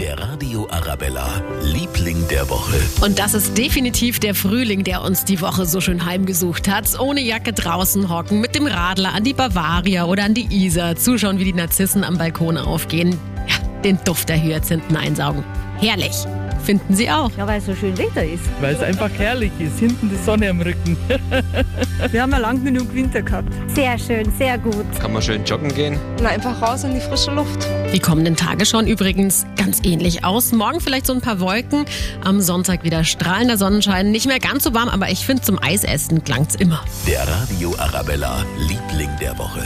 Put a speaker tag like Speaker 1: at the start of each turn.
Speaker 1: Der Radio Arabella, Liebling der Woche.
Speaker 2: Und das ist definitiv der Frühling, der uns die Woche so schön heimgesucht hat. Ohne Jacke draußen hocken, mit dem Radler an die Bavaria oder an die Isar, zuschauen, wie die Narzissen am Balkon aufgehen, ja, den Duft der Hyazinthen einsaugen. Herrlich, finden Sie auch.
Speaker 3: Ja, weil es so schön Wetter ist.
Speaker 4: Weil es einfach herrlich ist. Hinten die Sonne am Rücken.
Speaker 5: Wir haben ja lang genug Winter gehabt.
Speaker 3: Sehr schön, sehr gut.
Speaker 6: Kann man schön joggen gehen.
Speaker 7: Na, einfach raus in die frische Luft.
Speaker 2: Die kommenden Tage schauen übrigens ganz ähnlich aus. Morgen vielleicht so ein paar Wolken, am Sonntag wieder strahlender Sonnenschein. Nicht mehr ganz so warm, aber ich finde, zum Eisessen klang's immer.
Speaker 1: Der Radio Arabella, Liebling der Woche.